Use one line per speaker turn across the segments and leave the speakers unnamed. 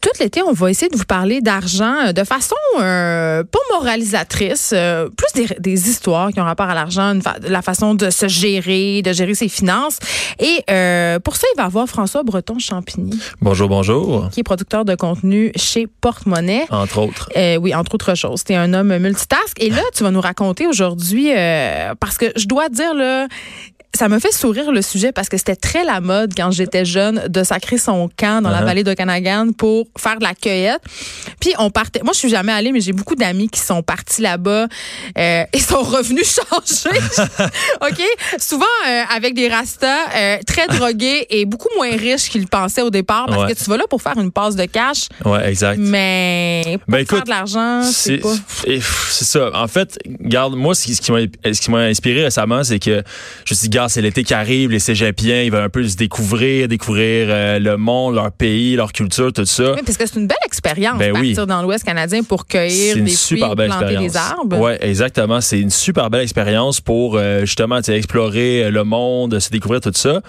Tout l'été, on va essayer de vous parler d'argent euh, de façon euh, pas moralisatrice, euh, plus des, des histoires qui ont rapport à l'argent, une fa- la façon de se gérer, de gérer ses finances. Et euh, pour ça, il va avoir François Breton Champigny,
Bonjour, bonjour.
qui est producteur de contenu chez Porte-Monnaie.
Entre autres.
Euh, oui, entre autres choses. Tu es un homme multitask. Et là, tu vas nous raconter aujourd'hui, euh, parce que je dois te dire, là, ça me fait sourire le sujet parce que c'était très la mode quand j'étais jeune de sacrer son camp dans la
Uh-huh.
vallée de Canagan pour faire de la cueillette. Puis on partait. Moi, je suis jamais allée, mais j'ai beaucoup d'amis qui sont partis là-bas euh, et sont revenus changés. OK? Souvent euh, avec des rastas euh, très drogués et beaucoup moins riches qu'ils le pensaient au départ parce
Ouais.
que tu vas là pour faire une passe de cash,
Ouais, exact.
mais pour
Ben, écoute,
faire de l'argent, c'est
C'est
pas...
et pff, c'est ça. En fait, garde, moi, ce qui, ce qui m'a ce qui m'a inspiré récemment, c'est que je me suis dit, garde, c'est l'été qui arrive, les cégepiens, ils veulent un peu se découvrir, découvrir euh, le monde, leur pays, leur culture, tout ça.
Oui, parce que c'est une belle expérience
Ben oui.
partir dans l'Ouest canadien pour cueillir
C'est une
des
super
fruits,
belle
planter
expérience.
des arbres.
Ouais, exactement. C'est une super belle expérience pour euh, justement tu sais, explorer euh, le monde, se découvrir tout ça.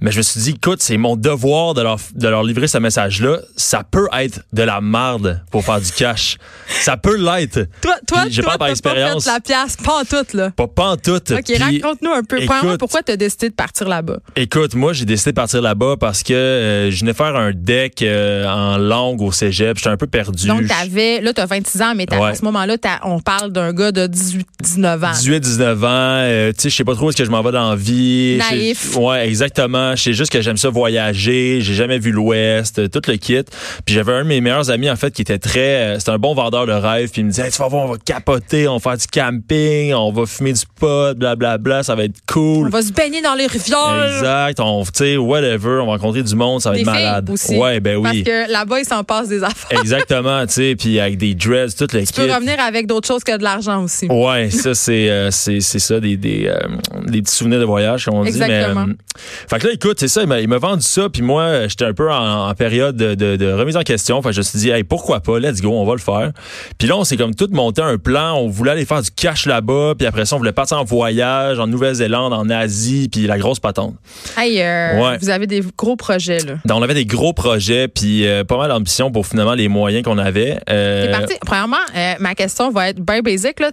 Mais je me suis dit, écoute, c'est mon devoir de leur, de leur livrer ce message-là. Ça peut être de la marde pour faire du cash. Ça peut l'être.
Toi, toi,
Puis j'ai
toi,
pas par
t'as
expérience.
fait de la pièce, pas en toute, là.
Pas, pas en tout.
OK,
Puis,
raconte-nous un peu.
écoute-
Premièrement, pourquoi tu as décidé de partir là-bas?
Écoute, moi, j'ai décidé de partir là-bas parce que euh, je venais faire un deck euh, en langue au cégep. J'étais un peu perdu.
Donc, t'avais, là, t'as 26 ans, mais t'as-
Ouais.
à ce moment-là, t'as- on parle d'un gars de 18, 19 ans.
18, 19 ans, euh, tu sais, je sais pas trop où est-ce que je m'en vais dans la vie.
Naïf.
Je- Ouais, exactement. Je sais juste que j'aime ça voyager. J'ai jamais vu l'Ouest, euh, tout le kit. Puis j'avais un de mes meilleurs amis, en fait, qui était très, euh, c'était un bon vendeur de rêves. Puis il me disait, Hey, tu vas voir, on va capoter, on va faire du camping, on va fumer du pot, blablabla, ça va être
On
cool.
va se baigner dans les rivières.
Exact, on, tu sais, whatever, on va rencontrer du monde, ça va
Des
être
filles
malade.
aussi.
Ouais, ben
Parce
oui.
que là-bas, il s'en passe des affaires.
Exactement, tu sais, puis avec des dreads, tout le
Tu peux revenir avec d'autres choses que de l'argent aussi.
Ouais, ça c'est euh, c'est c'est ça des des, euh, des petits souvenirs de voyage comme on
Exactement.
dit mais euh, fait que là écoute, c'est ça il m'a il m'a vendu ça puis moi euh, j'étais un peu en, en période de, de, de remise en question, fait que je me suis dit hey, pourquoi pas, let's go, on va le faire. Puis là on s'est comme tout monté un plan, on voulait aller faire du cash là-bas, puis après ça on voulait partir en voyage en Nouvelle-Zélande, en Asie, puis la grosse patente.
Hey, euh,
Ouais.
vous avez des gros projets, là.
Donc on avait des gros projets puis euh, pas mal d'ambition pour finalement les moyens qu'on avait. Euh,
T'es parti. Premièrement, euh, ma question va être bien basic. Là.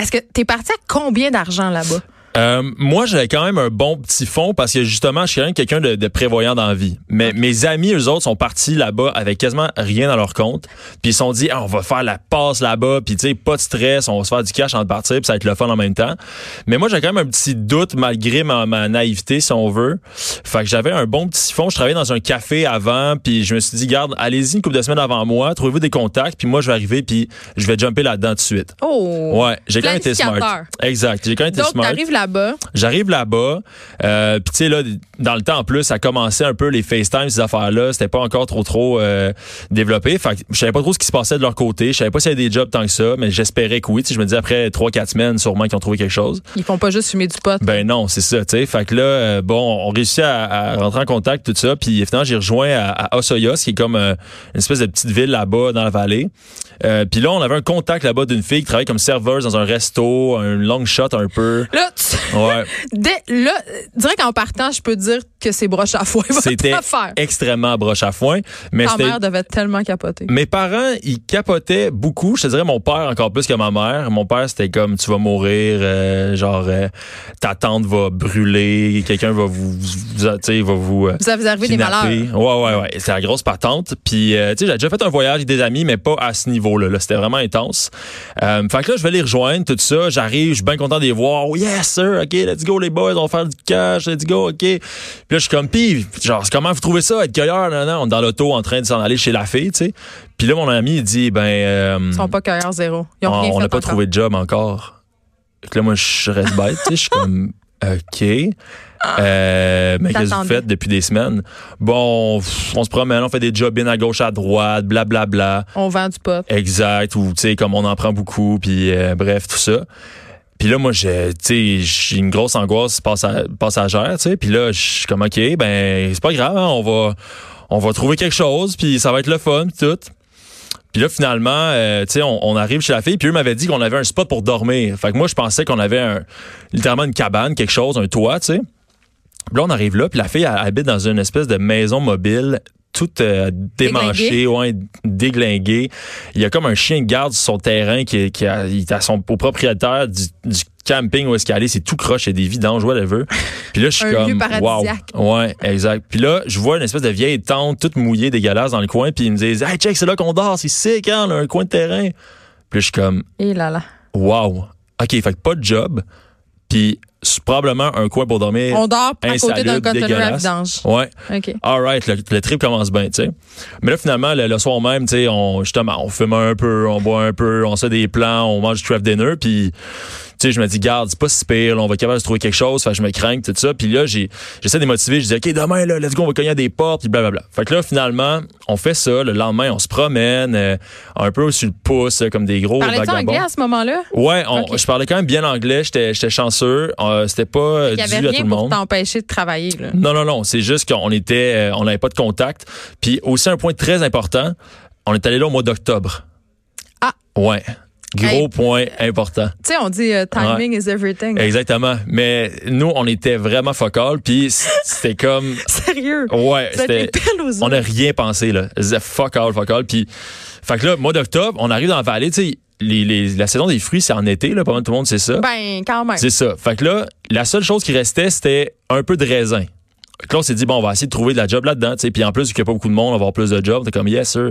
Est-ce que t'es parti à combien d'argent là-bas?
Euh, moi, j'avais quand même un bon petit fond parce que justement, je suis quand même quelqu'un de, de prévoyant dans la vie. Mais mes amis, eux autres, sont partis là-bas avec quasiment rien dans leur compte. Puis ils se sont dit, Ah, on va faire la passe là-bas. Puis tu sais, pas de stress, on va se faire du cash en partir, puis ça va être le fun en même temps. Mais moi, j'ai quand même un petit doute malgré ma, ma naïveté, si on veut. Fait que j'avais un bon petit fond. Je travaillais dans un café avant, puis je me suis dit, garde, allez-y une couple de semaines avant moi, trouvez-vous des contacts, puis moi, je vais arriver, puis je vais jumper là-dedans tout de suite.
Oh!
Ouais, j'ai quand même été smart.
Planificateur.
Exact, j'ai quand même été
Donc,
smart.
t'arrives là-bas.
J'arrive là-bas, euh, puis tu sais là, dans le temps en plus, ça commençait un peu les FaceTime ces affaires-là, c'était pas encore trop trop euh, développé. Fait que je savais pas trop ce qui se passait de leur côté, je savais pas s'il y avait des jobs tant que ça, mais j'espérais que oui. Tu sais, je me disais après trois quatre semaines, sûrement qu'ils ont trouvé quelque chose.
Ils font pas juste fumer du pot.
Ben non, c'est ça, tu sais. Fait que là, euh, bon, on réussit à, à rentrer en contact, tout ça. Puis finalement, j'ai rejoint à, à Osoyoos, qui est comme euh, une espèce de petite ville là-bas dans la vallée. Euh, puis là, on avait un contact là-bas d'une fille qui travaille comme serveuse dans un resto, un long shot un peu.
Là, tu,
Ouais.
dès, là, euh, direct en partant, je peux dire que c'est broche à foin. votre
C'était
affaire.
extrêmement broche à foin. Mais
Ta
c'était- Mm.
mère devait tellement capoter.
mes parents, ils capotaient beaucoup. Je te dirais mon père encore plus que ma mère. Mon père, c'était comme tu vas mourir, euh, genre euh, ta tante va brûler, quelqu'un va vous, vous- tu sais, va vous euh,
Vous avez arrivé des
kidnapper.
malheurs.
Ouais, ouais, ouais. C'est la grosse patente. Puis, euh, tu sais, j'ai déjà fait un voyage avec des amis, mais pas à ce niveau-là. là. C'était vraiment intense. Euh, fait que là, je vais les rejoindre, tout ça. J'arrive, je suis bien content de les voir. Oh, yes, sir. OK, let's go, les boys. On va faire du cash. Let's go, OK. Puis là, je suis comme, pis, genre, comment vous trouvez ça, être cueilleur? Non, non, on est dans l'auto en train de s'en aller chez la fille, tu sais. Puis là, mon ami, il dit, ben, euh,
Ils sont pas cueilleurs zéro. Ils ont rien
Ah, on
fait
n'a pas
encore.
trouvé de job encore. Fait que là, moi, je reste bête, tu sais, je suis comme, OK. Euh, mais qu'est-ce que vous
T'attendais.
faites depuis des semaines? Bon, pff, on se promène, on fait des job in à gauche, à droite, blablabla.
On vend du pot.
Exact, ou tu sais, comme on en prend beaucoup, puis euh, bref, tout ça. Puis là, moi, j'ai, tu sais, j'ai une grosse angoisse passa- passagère, tu sais. Puis là, je suis comme, OK, ben, c'est pas grave, hein, on va on va trouver quelque chose, puis ça va être le fun, puis tout. Puis là, finalement, euh, tu sais, on, on arrive chez la fille, puis eux m'avaient dit qu'on avait un spot pour dormir. Fait que moi, je pensais qu'on avait un- littéralement une cabane, quelque chose, un toit, tu sais. Puis là, on arrive là, puis la fille elle habite dans une espèce de maison mobile, toute euh, démanchée, ouais, déglinguée. Il y a comme un chien de garde sur son terrain qui, est- qui a- il est à son, au propriétaire du, du camping où est-ce qu'elle est. C'est tout croche, il y a des vidanges, whatever. Puis là, je suis
Un lieu
comme, wow.
paradisiaque.
Ouais, exact. Puis là, je vois une espèce de vieille tente toute mouillée, dégueulasse dans le coin, puis ils me disent, hey, check, c'est là qu'on dort, c'est sick, hein, on a un coin de terrain. Puis là, je suis comme,
Et Eh là là.
wow. OK, fait que pas de job, puis c'est probablement un coin pour dormir.
On dort à côté d'un
insalubre,
conteneur à
dégueulasse.
vidange.
Ouais.
OK.
All right, le, le trip commence bien, tu sais. Mais là, finalement, le, le soir même, tu sais, on, justement, on fume un peu, on boit un peu, on se fait des plans, on mange du craft dinner, puis, tu sais, je me dis, garde, c'est pas si pire, là, on va être capable de se trouver quelque chose, fait que je me crains, tout ça. Puis là, j'ai, j'essaie de les motiver, je dis, OK, demain, là, let's go, on va cogner à des portes, puis blablabla. Fait que là, finalement, on fait ça, le lendemain, on se promène, euh, un peu sur le pouce, euh, comme des gros
Parlais-tu
vagabonds.
anglais à ce moment-là?
Ouais, on-
Ok.
je parlais quand même bien anglais, j'étais j'étais chanceux, euh, c'était pas euh,
Il n'y
dû à
avait
tout
rien
le
pour
monde.
t'empêcher de travailler. Là.
Non, non, non. C'est juste qu'on était, euh, on n'avait pas de contact. Puis aussi un point très important, on est allé là au mois d'octobre.
Ah.
Ouais. Gros
Hey.
point important.
Tu sais, on dit euh, timing is everything.
Exactement. Mais nous, on était vraiment focal. Puis c- c'était comme,
Sérieux.
ouais,
Vous êtes les
c'était.
pelles aux
On
yeux.
n'a rien pensé là. C'était Fuck all, fuck all. Puis, fait que là, mois d'octobre, on arrive dans la vallée. Tu sais, les- les- la saison des fruits, c'est en été là. Pas mal tout le monde sait ça.
Ben, quand même.
C'est ça. Fait que là, la seule chose qui restait, c'était un peu de raisin. Fait que là, on s'est dit, bon, on va essayer de trouver de la job là-dedans. tu sais. Puis en plus, vu qu'il n'y a pas beaucoup de monde, on va avoir plus de jobs. T'es comme, yes, sir.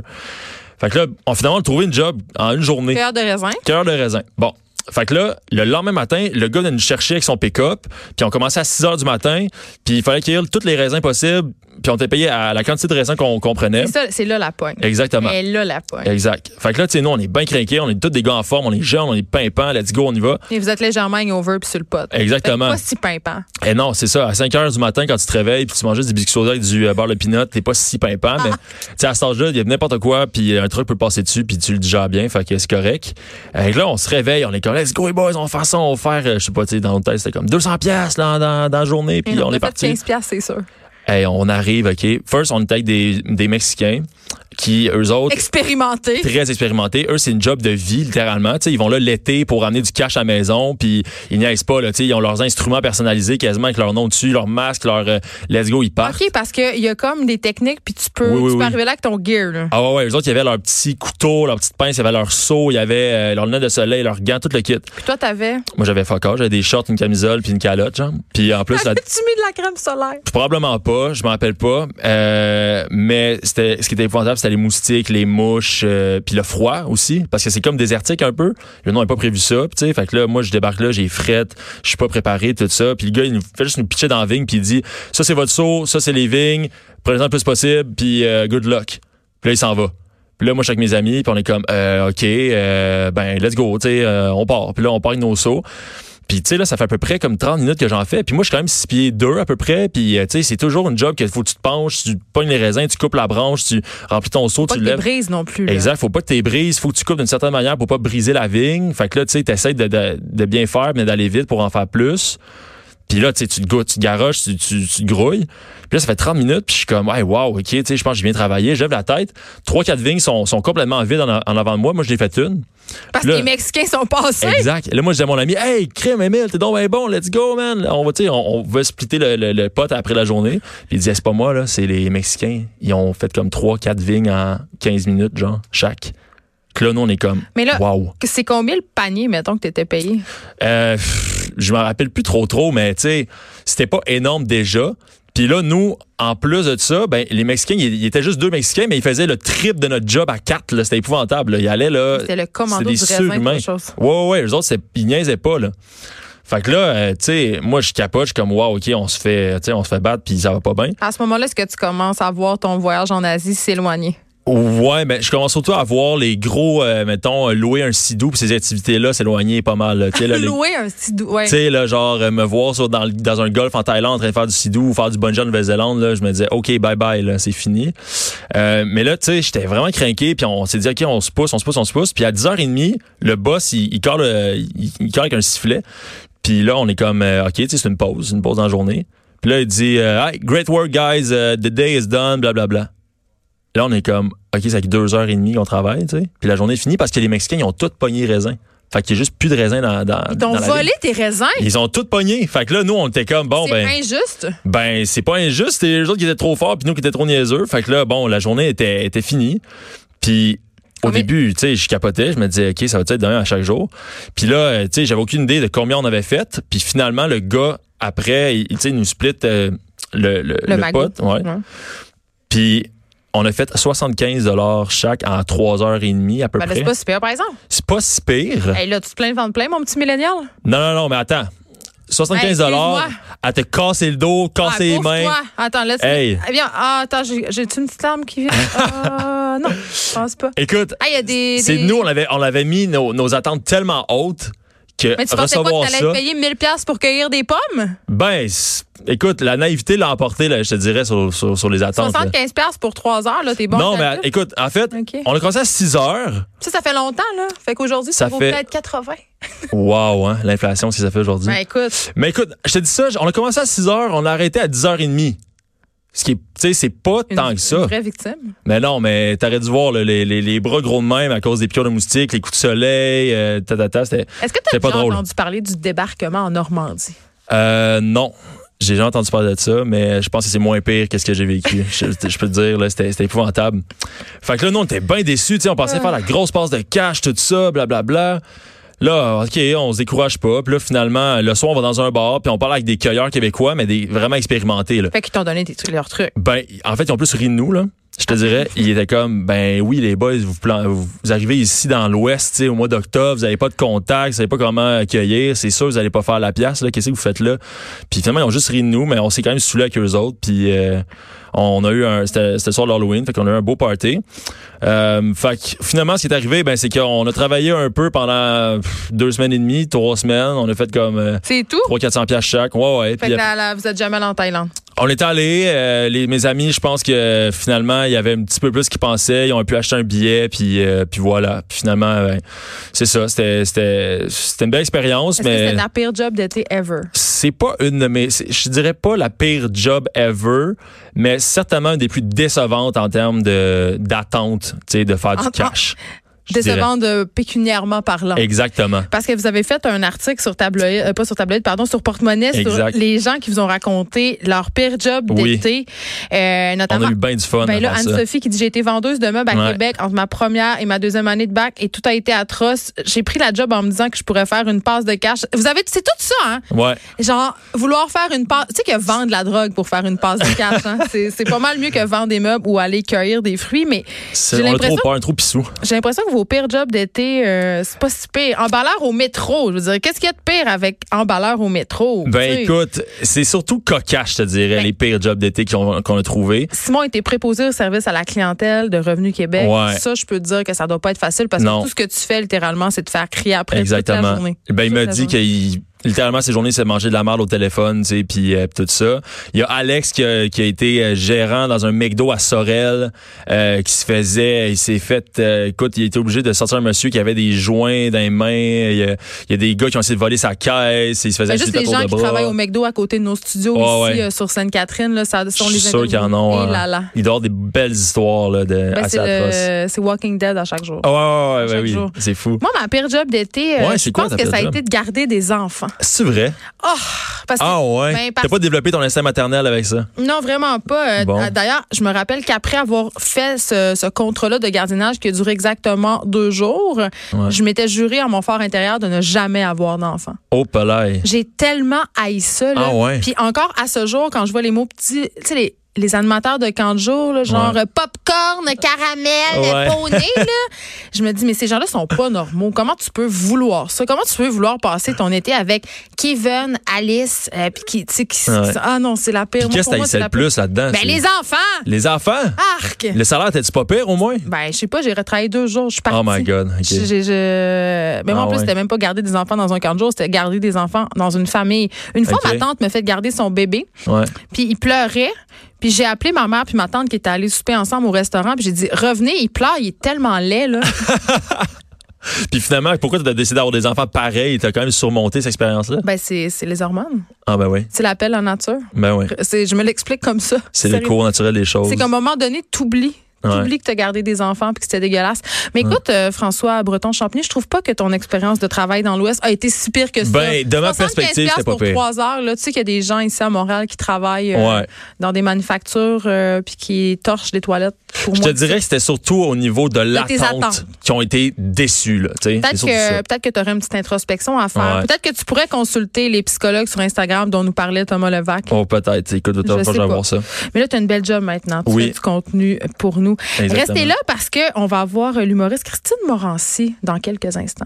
Fait que là, on a finalement trouvé une job en une journée.
Cœur de raisin.
Cœur de raisin. Bon. Fait que là, le lendemain matin, le gars venait nous chercher avec son pick-up. Puis on commençait à 6 heures du matin. Puis il fallait qu'il y ait toutes les raisins possibles. Puis on était payé à la quantité de raisins qu'on qu'on prenait.
C'est ça, C'est là la pogne.
Exactement.
Elle est là la pogne.
Exact. Fait que là, tu sais, nous, on est bien craqués. On est tous des gars en forme. On est jeunes. On est pimpants. Let's go, on y va.
Et vous êtes légèrement over puis sur le pot.
Exactement.
Pas si pimpant.
Et Eh non, c'est ça. À 5 heures du matin, quand tu te réveilles puis tu manges juste des biscuits soda avec du euh, beurre de pinot, t'es pas si pimpant,
Ah.
mais tu sais, à cet âge-là, il y a n'importe quoi, puis un truc peut passer dessus, puis tu le digères bien, fait que c'est correct. Et là, on se réveille, on est comme, let's go, les boys, on va faire ça, on va faire, euh, je sais pas, tu sais, dans l'hôtel, c'était comme 200 pièces dans, dans, dans la journée, puis
Et
on
a
est
fait
parti.
15 piastres, c'est sûr.
Hey, on arrive, OK. First, on est avec des, des Mexicains qui, eux autres,
Expérimenté.
très expérimentés. Eux, c'est une job de vie, littéralement. Tu sais, ils vont là l'été pour ramener du cash à la maison, puis ils niaisent pas. Là, Tu sais, ils ont leurs instruments personnalisés quasiment avec leur nom dessus, leur masque, leur euh, let's go, ils partent.
OK, parce qu'il y a comme des techniques, puis tu peux,
Oui, oui,
tu peux
oui.
arriver là avec ton gear. Là.
Ah ouais, ouais, eux autres, ils avaient leur petit couteau, leur petite pince, ils avaient leur seau, ils avaient euh, leur lunette de soleil, leur gants, tout le kit.
Puis toi, t'avais.
Moi, j'avais fuck all, j'avais des shorts, une camisole, puis une calotte, genre. Puis en plus, la-
T'as-tu mis Ah, de la crème solaire?
Probablement pas, je m'en rappelle pas. Euh, mais c'était ce qui était épouvantable, c'était les moustiques, les mouches, euh, puis le froid aussi, parce que c'est comme désertique un peu. Le nom n'a pas prévu ça, puis tu sais. Fait que là, moi, je débarque là, j'ai frette, je suis pas préparé, tout ça. Puis le gars, il nous fait juste nous pitcher dans la vigne, puis il dit, ça c'est votre seau, ça c'est les vignes, prenez-en le plus possible, puis euh, good luck. Puis là, il s'en va. Puis là, moi, je suis avec mes amis, puis on est comme, euh, ok, euh, ben let's go, tu sais, euh, on part. Puis là, on part avec nos seaux. Puis tu sais là, ça fait à peu près comme 30 minutes que j'en fais. Puis moi, je suis quand même 6 pieds 2 à peu près. Puis euh, tu sais, c'est toujours une job qu'il faut que tu te penches, tu pognes les raisins, tu coupes la branche, tu remplis ton seau,
Pas
tu
de
lèves.
brise non plus. là.
Exact, faut pas que tu brises, faut que tu coupes d'une certaine manière pour pas briser la vigne. Fait que là, tu sais, t'essayes de, de, de bien faire, mais d'aller vite pour en faire plus. Puis là, tu sais, tu te goûtes, tu te garoches, tu, tu, tu te grouilles. Puis là, ça fait 30 minutes, puis je suis comme, hey, wow, ok, tu sais, je pense que j'ai bien travaillé, je lève la tête. Trois, quatre vignes sont, sont complètement vides en, en avant de moi. Moi, je l'ai fait une.
Parce que
Là-
les Mexicains sont passés.
Exact. Là, moi, je dis à mon ami, hey, crème, Emile, t'es donc ben bon, let's go, man. On va, tu sais, on, on va splitter le, le, le pot après la journée. Puis il disait, c'est pas moi, là, c'est les Mexicains. Ils ont fait comme 3-4 vignes en 15 minutes, genre, chaque. Que là, nous, on est comme,
Mais là-
wow.
C'est combien le panier, mettons, que t'étais payé?
Euh, pff, je m'en rappelle plus trop trop, mais tu sais, c'était pas énorme déjà. Puis là, nous, en plus de ça, ben, les Mexicains, ils, ils étaient juste deux Mexicains, mais ils faisaient le trip de notre job à quatre. là. C'était épouvantable. là. Ils allaient là.
C'était le commando
c'était Euh, des
du raisin,
surhumains.
quelque chose.
Ouais, ouais, ouais, eux autres, c'est- ils niaisaient pas, là. Fait que là, euh, tu sais, moi, je capote, je suis comme, wow, OK, on se fait, tu sais, on se fait battre, puis ça va pas bien.
À ce moment-là, est-ce que tu commences à voir ton voyage en Asie s'éloigner?
Ouais, mais je commence surtout à voir les gros, euh, mettons, louer un sidou, puis ces activités-là s'éloigner pas mal. là. Tu sais, là, les-
Louer un petit dou- ouais.
Tu sais, là, genre, euh, me voir sur- dans, le- dans un golf en Thaïlande en train de faire du sidou ou faire du bungee en Nouvelle-Zélande, là, je me disais, OK, bye bye, là, c'est fini. Euh, mais là, tu sais, j'étais vraiment craqué, puis on s'est dit, OK, on se pousse, on se pousse, on se pousse. Puis à 10h30, le boss, il, il, colle, euh, il, il colle avec un sifflet. Puis là, on est comme, euh, OK, tu sais, c'est une pause, une pause dans la journée. Puis là, il dit, euh, Hey, great work, guys, euh, the day is done, blablabla. Là, on est comme, OK, ça fait deux heures et demie qu'on travaille, tu sais. Puis la journée est finie parce que les Mexicains, ils ont tous pogné les raisins. Fait qu'il n'y a juste plus de raisins dans, dans,
Ils t'ont
dans la
volé
ville.
tes raisins.
Ils ont tous pogné. Fait que là, nous, on était comme, bon,
c'est
ben.
injuste.
Ben, c'est pas injuste. C'était les autres qui étaient trop forts, puis nous qui étaient trop niaiseux. Fait que là, bon, la journée était, était finie. Puis au
Combien-
début, tu sais, je capotais. Je me disais, OK, ça va être d'un à chaque jour. Puis là, euh, tu sais, j'avais aucune idée de combien on avait fait. Puis finalement, le gars, après, il, tu sais, il nous split euh, le, le,
Le
le
magot.
pot. Ouais.
Ouais.
Puis on a fait 75 chaque en 3h30 à peu
Ben là,
près.
c'est pas super, par exemple.
C'est pas si pire.
Hey, là, tu te plains de vendre plein, mon petit millénial.
Non, non, non, mais attends. 75
Ben, excuse-moi.
à te casser le dos,
Ah,
casser les
pauvre
mains.
toi. Attends, laisse.
Hey.
Eh bien, ah, attends, j'ai- j'ai-tu une petite larme qui vient? Euh, non, je pense pas.
Écoute,
Ah, il y a des.
C'est
des-
nous, on avait, on avait mis nos, nos attentes tellement hautes que
Mais tu pensais pas
recevoir
que t'allais
ça,
te payer 1000 pièces pour cueillir des pommes?
ben, c'est- écoute, la naïveté l'a emporté, là, je te dirais, sur, sur, sur les attentes. là.
75 pièces pour 3 heures, là, t'es bon.
non, mais
t'as-
à- écoute, en fait,
Ok.
on a commencé à 6 heures.
Ça, ça fait longtemps, là. Fait qu'aujourd'hui, ça,
Ça
vaut
fait-
peut-être 80.
Wow, hein, l'inflation, ce que ça fait aujourd'hui.
Ben, écoute,
Mais écoute, je te dis ça, on a commencé à 6 heures, on a arrêté à 10h30. Ce qui est, tu sais, c'est pas
une,
tant que ça.
une vraie victime.
Mais non, mais t'aurais dû voir là, les, les, les bras gros de même à cause des piqûres de moustiques, les coups de soleil, euh, ta, ta, ta, c'était...
Est-ce que t'as
C'est pas
déjà
drôle.
entendu parler du débarquement en Normandie?
Euh, non. J'ai jamais entendu parler de ça, mais je pense que c'est moins pire que ce que j'ai vécu. je, je peux te dire, là, c'était, c'était épouvantable. Fait que là, nous, on était bien déçus. tu sais, On pensait faire la grosse passe de cash, tout ça, blablabla. Là, OK, on se décourage pas. Puis là, finalement, le soir, on va dans un bar, puis on parle avec des cueilleurs québécois, mais des vraiment expérimentés. Là.
Fait qu'ils t'ont donné des trucs- leurs trucs.
Ben, en fait, ils ont plus ri de nous, là. Je te dirais, il était comme, ben oui, les boys, vous, plan- vous arrivez ici dans l'Ouest, tu sais, au mois d'octobre, vous n'avez pas de contact, vous savez pas comment accueillir, c'est sûr, vous n'allez pas faire la pièce, là, qu'est-ce que vous faites là? Puis finalement, ils ont juste ri de nous, mais on s'est quand même saoulé avec eux autres, puis euh, on a eu un, c'était c'était le soir de l'Halloween, fait qu'on a eu un beau party. Euh, fait que finalement, ce qui est arrivé, ben c'est qu'on a travaillé un peu pendant pff, deux semaines et demie, trois semaines, on a fait comme euh,
C'est tout?
300-400 pièces chaque, ouais, ouais.
Fait
puis
que là, là, vous êtes jamais allé en Thaïlande.
on est allé, euh, les, mes amis, je pense que euh, finalement, il y avait un petit peu plus qu'ils pensaient. Ils ont pu acheter un billet, puis, euh, puis voilà. Puis finalement, ben, c'est ça, c'était, c'était, c'était une belle expérience,
Est-ce que
mais
c'est la pire job d'été ever?
c'est pas une de mes, c'est- je dirais pas la pire job ever, mais certainement une des plus décevantes en termes de, d'attente, tu sais, de faire
En- en-
du cash. je dirais.
Décevant de euh, pécuniairement parlant.
Exactement.
Parce que vous avez fait un article sur tabloïd, euh, pas sur tabloïd, pardon, sur porte-monnaie, sur
Exact.
les gens qui vous ont raconté leur pire job
Oui.
d'été, euh,
On
notamment.
a eu bien du fun.
Ben là,
à faire ça.
Anne-Sophie qui dit J'ai été vendeuse de meubles à
Ouais.
Québec entre ma première et ma deuxième année de bac et tout a été atroce. J'ai pris la job en me disant que je pourrais faire une passe de cash. Vous avez, c'est tout ça, hein?
Ouais.
Genre, vouloir faire une passe. Tu sais que vendre la drogue pour faire une passe de cash, hein? c'est c'est pas mal mieux que vendre des meubles ou aller cueillir des fruits, mais
C'est-
J'ai
on a trop
l'impression-
peur, un trop pissou.
j'ai l'impression que vos pires jobs d'été, euh, c'est pas si pire. Emballeur au métro, je veux dire, qu'est-ce qu'il y a de pire avec emballeur au métro?
Ben
Tu sais,
écoute, c'est surtout cocache, je te dirais,
Ben-
les pires jobs d'été qu'on qu'on a trouvés.
Simon était préposé au service à la clientèle de Revenu Québec.
Ouais.
Ça, je peux te dire que ça doit pas être facile parce que
Non.
tout ce que tu fais littéralement, c'est de faire crier après toute la
Exactement.
journée.
Ben, il
Toute
m'a
la
dit
journée.
qu'il littéralement ses journées c'est manger de la merde au téléphone, tu sais, puis euh, tout ça. Il y a Alex qui a, qui a été euh, gérant dans un McDo à Sorel euh, qui se faisait, il s'est fait, euh, écoute, il était obligé de sortir un monsieur qui avait des joints dans les mains. Il y a, il y a des gars qui ont essayé de voler sa caisse, il se
Ben,
faisait
juste
insulter à
les
tour
gens
de
qui
bras.
travaillent au McDo à côté de nos studios
Ouais,
ici
ouais.
euh, sur Sainte-Catherine, là, ça
Je
sont
suis
les
sûr qu'il y en a.
Et
hein. Ah,
là là.
Il doit y avoir des belles histoires là, de
Ben, c'est
assez atroces.
le- c'est Walking Dead à chaque jour.
Ah ouais, ouais, ouais,
Chaque
ouais,
jour.
oui, c'est fou.
Moi, ma pire job d'été, euh,
Ouais,
je
c'est quoi
pense
ta
que
pire
ça a
job?
été de garder des enfants.
C'est vrai.
Oh, parce que
Ah ouais.
Ben, parce-
T'as pas développé ton instinct maternel avec ça.
Non, vraiment pas. Euh,
Bon.
d- D'ailleurs, je me rappelle qu'après avoir fait ce, ce contrat-là de gardiennage qui a duré exactement deux jours,
Ouais.
je m'étais juré à mon fort intérieur de ne jamais avoir d'enfant.
Oh palais.
J'ai tellement haï ça. Là.
Ah ouais.
Puis encore à ce jour, quand je vois les mots petits, tu sais, les, les animateurs de camp de jour, là, genre
Ouais.
euh, popcorn, caramel,
Ouais.
poney, là, je me dis, mais ces gens-là sont pas normaux. Comment tu peux vouloir ça? Comment tu peux vouloir passer ton été avec Kevin, Alice, euh, puis qui, tu sais, qui-
Ouais.
Ah non, c'est la pire.
Puis
Moi,
qu'est-ce
pour
que
moi,
t'haïssais
c'est
le
la pire.
plus là-dedans?
Ben,
Ah, c'est-
les enfants!
Les enfants?
Arc!
Le salaire, t'es-tu pas pire au moins?
Ben, je sais pas, j'ai retravaillé deux jours, je suis partie.
Oh my God, ok.
J'ai- j'ai- j'ai- Mais moi, en
Ah
plus,
ouais.
c'était même pas garder des enfants dans un camp de jour, c'était garder des enfants dans une famille. Une fois,
Ok.
ma tante me fait garder son bébé,
Ouais.
puis il pleurait, puis j'ai appelé ma mère puis ma tante qui étaient allées souper ensemble au restaurant, puis j'ai dit, revenez, il pleure, il est tellement laid, là.
Puis finalement, pourquoi t'as décidé d'avoir des enfants pareils? T'as quand même surmonté cette expérience-là?
ben, c'est c'est les hormones.
Ah ben oui.
C'est l'appel en nature.
Ben oui.
C'est- Je me l'explique comme ça.
C'est le
Sérieux.
cours naturel des choses.
C'est qu'à un moment donné, t'oublies.
Ouais.
T'oublies que t'as gardé des enfants puis que c'était dégueulasse. Mais écoute, euh, François Breton-Champigny, je trouve pas que ton expérience de travail dans l'Ouest a été si pire que ça.
Ben, de ma perspective, c'était pas
pour
pire.
trois heures, là, tu sais qu'il y a des gens ici à Montréal qui travaillent euh,
Ouais.
dans des manufactures euh, puis qui torchent des toilettes. Pour
Je te
moi,
dirais que c'était surtout au niveau de
tes
l'attente
attentes.
qui ont été déçus. Là, tu sais. C'est
Peut-être
surtout ça.
que, peut-être que tu aurais une petite introspection à faire.
Ouais.
Peut-être que tu pourrais consulter les psychologues sur Instagram dont nous parlait Thomas Levac.
Oh, peut-être. Écoute,
Je
je
sais
vais
pas.
voir ça.
Mais là, tu as une belle job maintenant. Tu
Oui.
fais du contenu pour nous.
Exactement.
Restez là parce qu'on va voir l'humoriste Christine Morancy dans quelques instants.